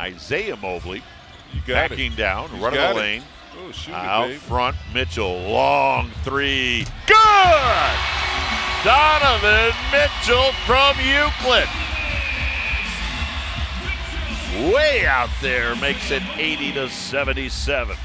Isaiah Mobley You got backing it. down, He's running got the it. lane. Oh, shoot it, Out babe. front, Mitchell. Long three. Good! Donovan Mitchell from Euclid. Way out there makes it 80 to 77.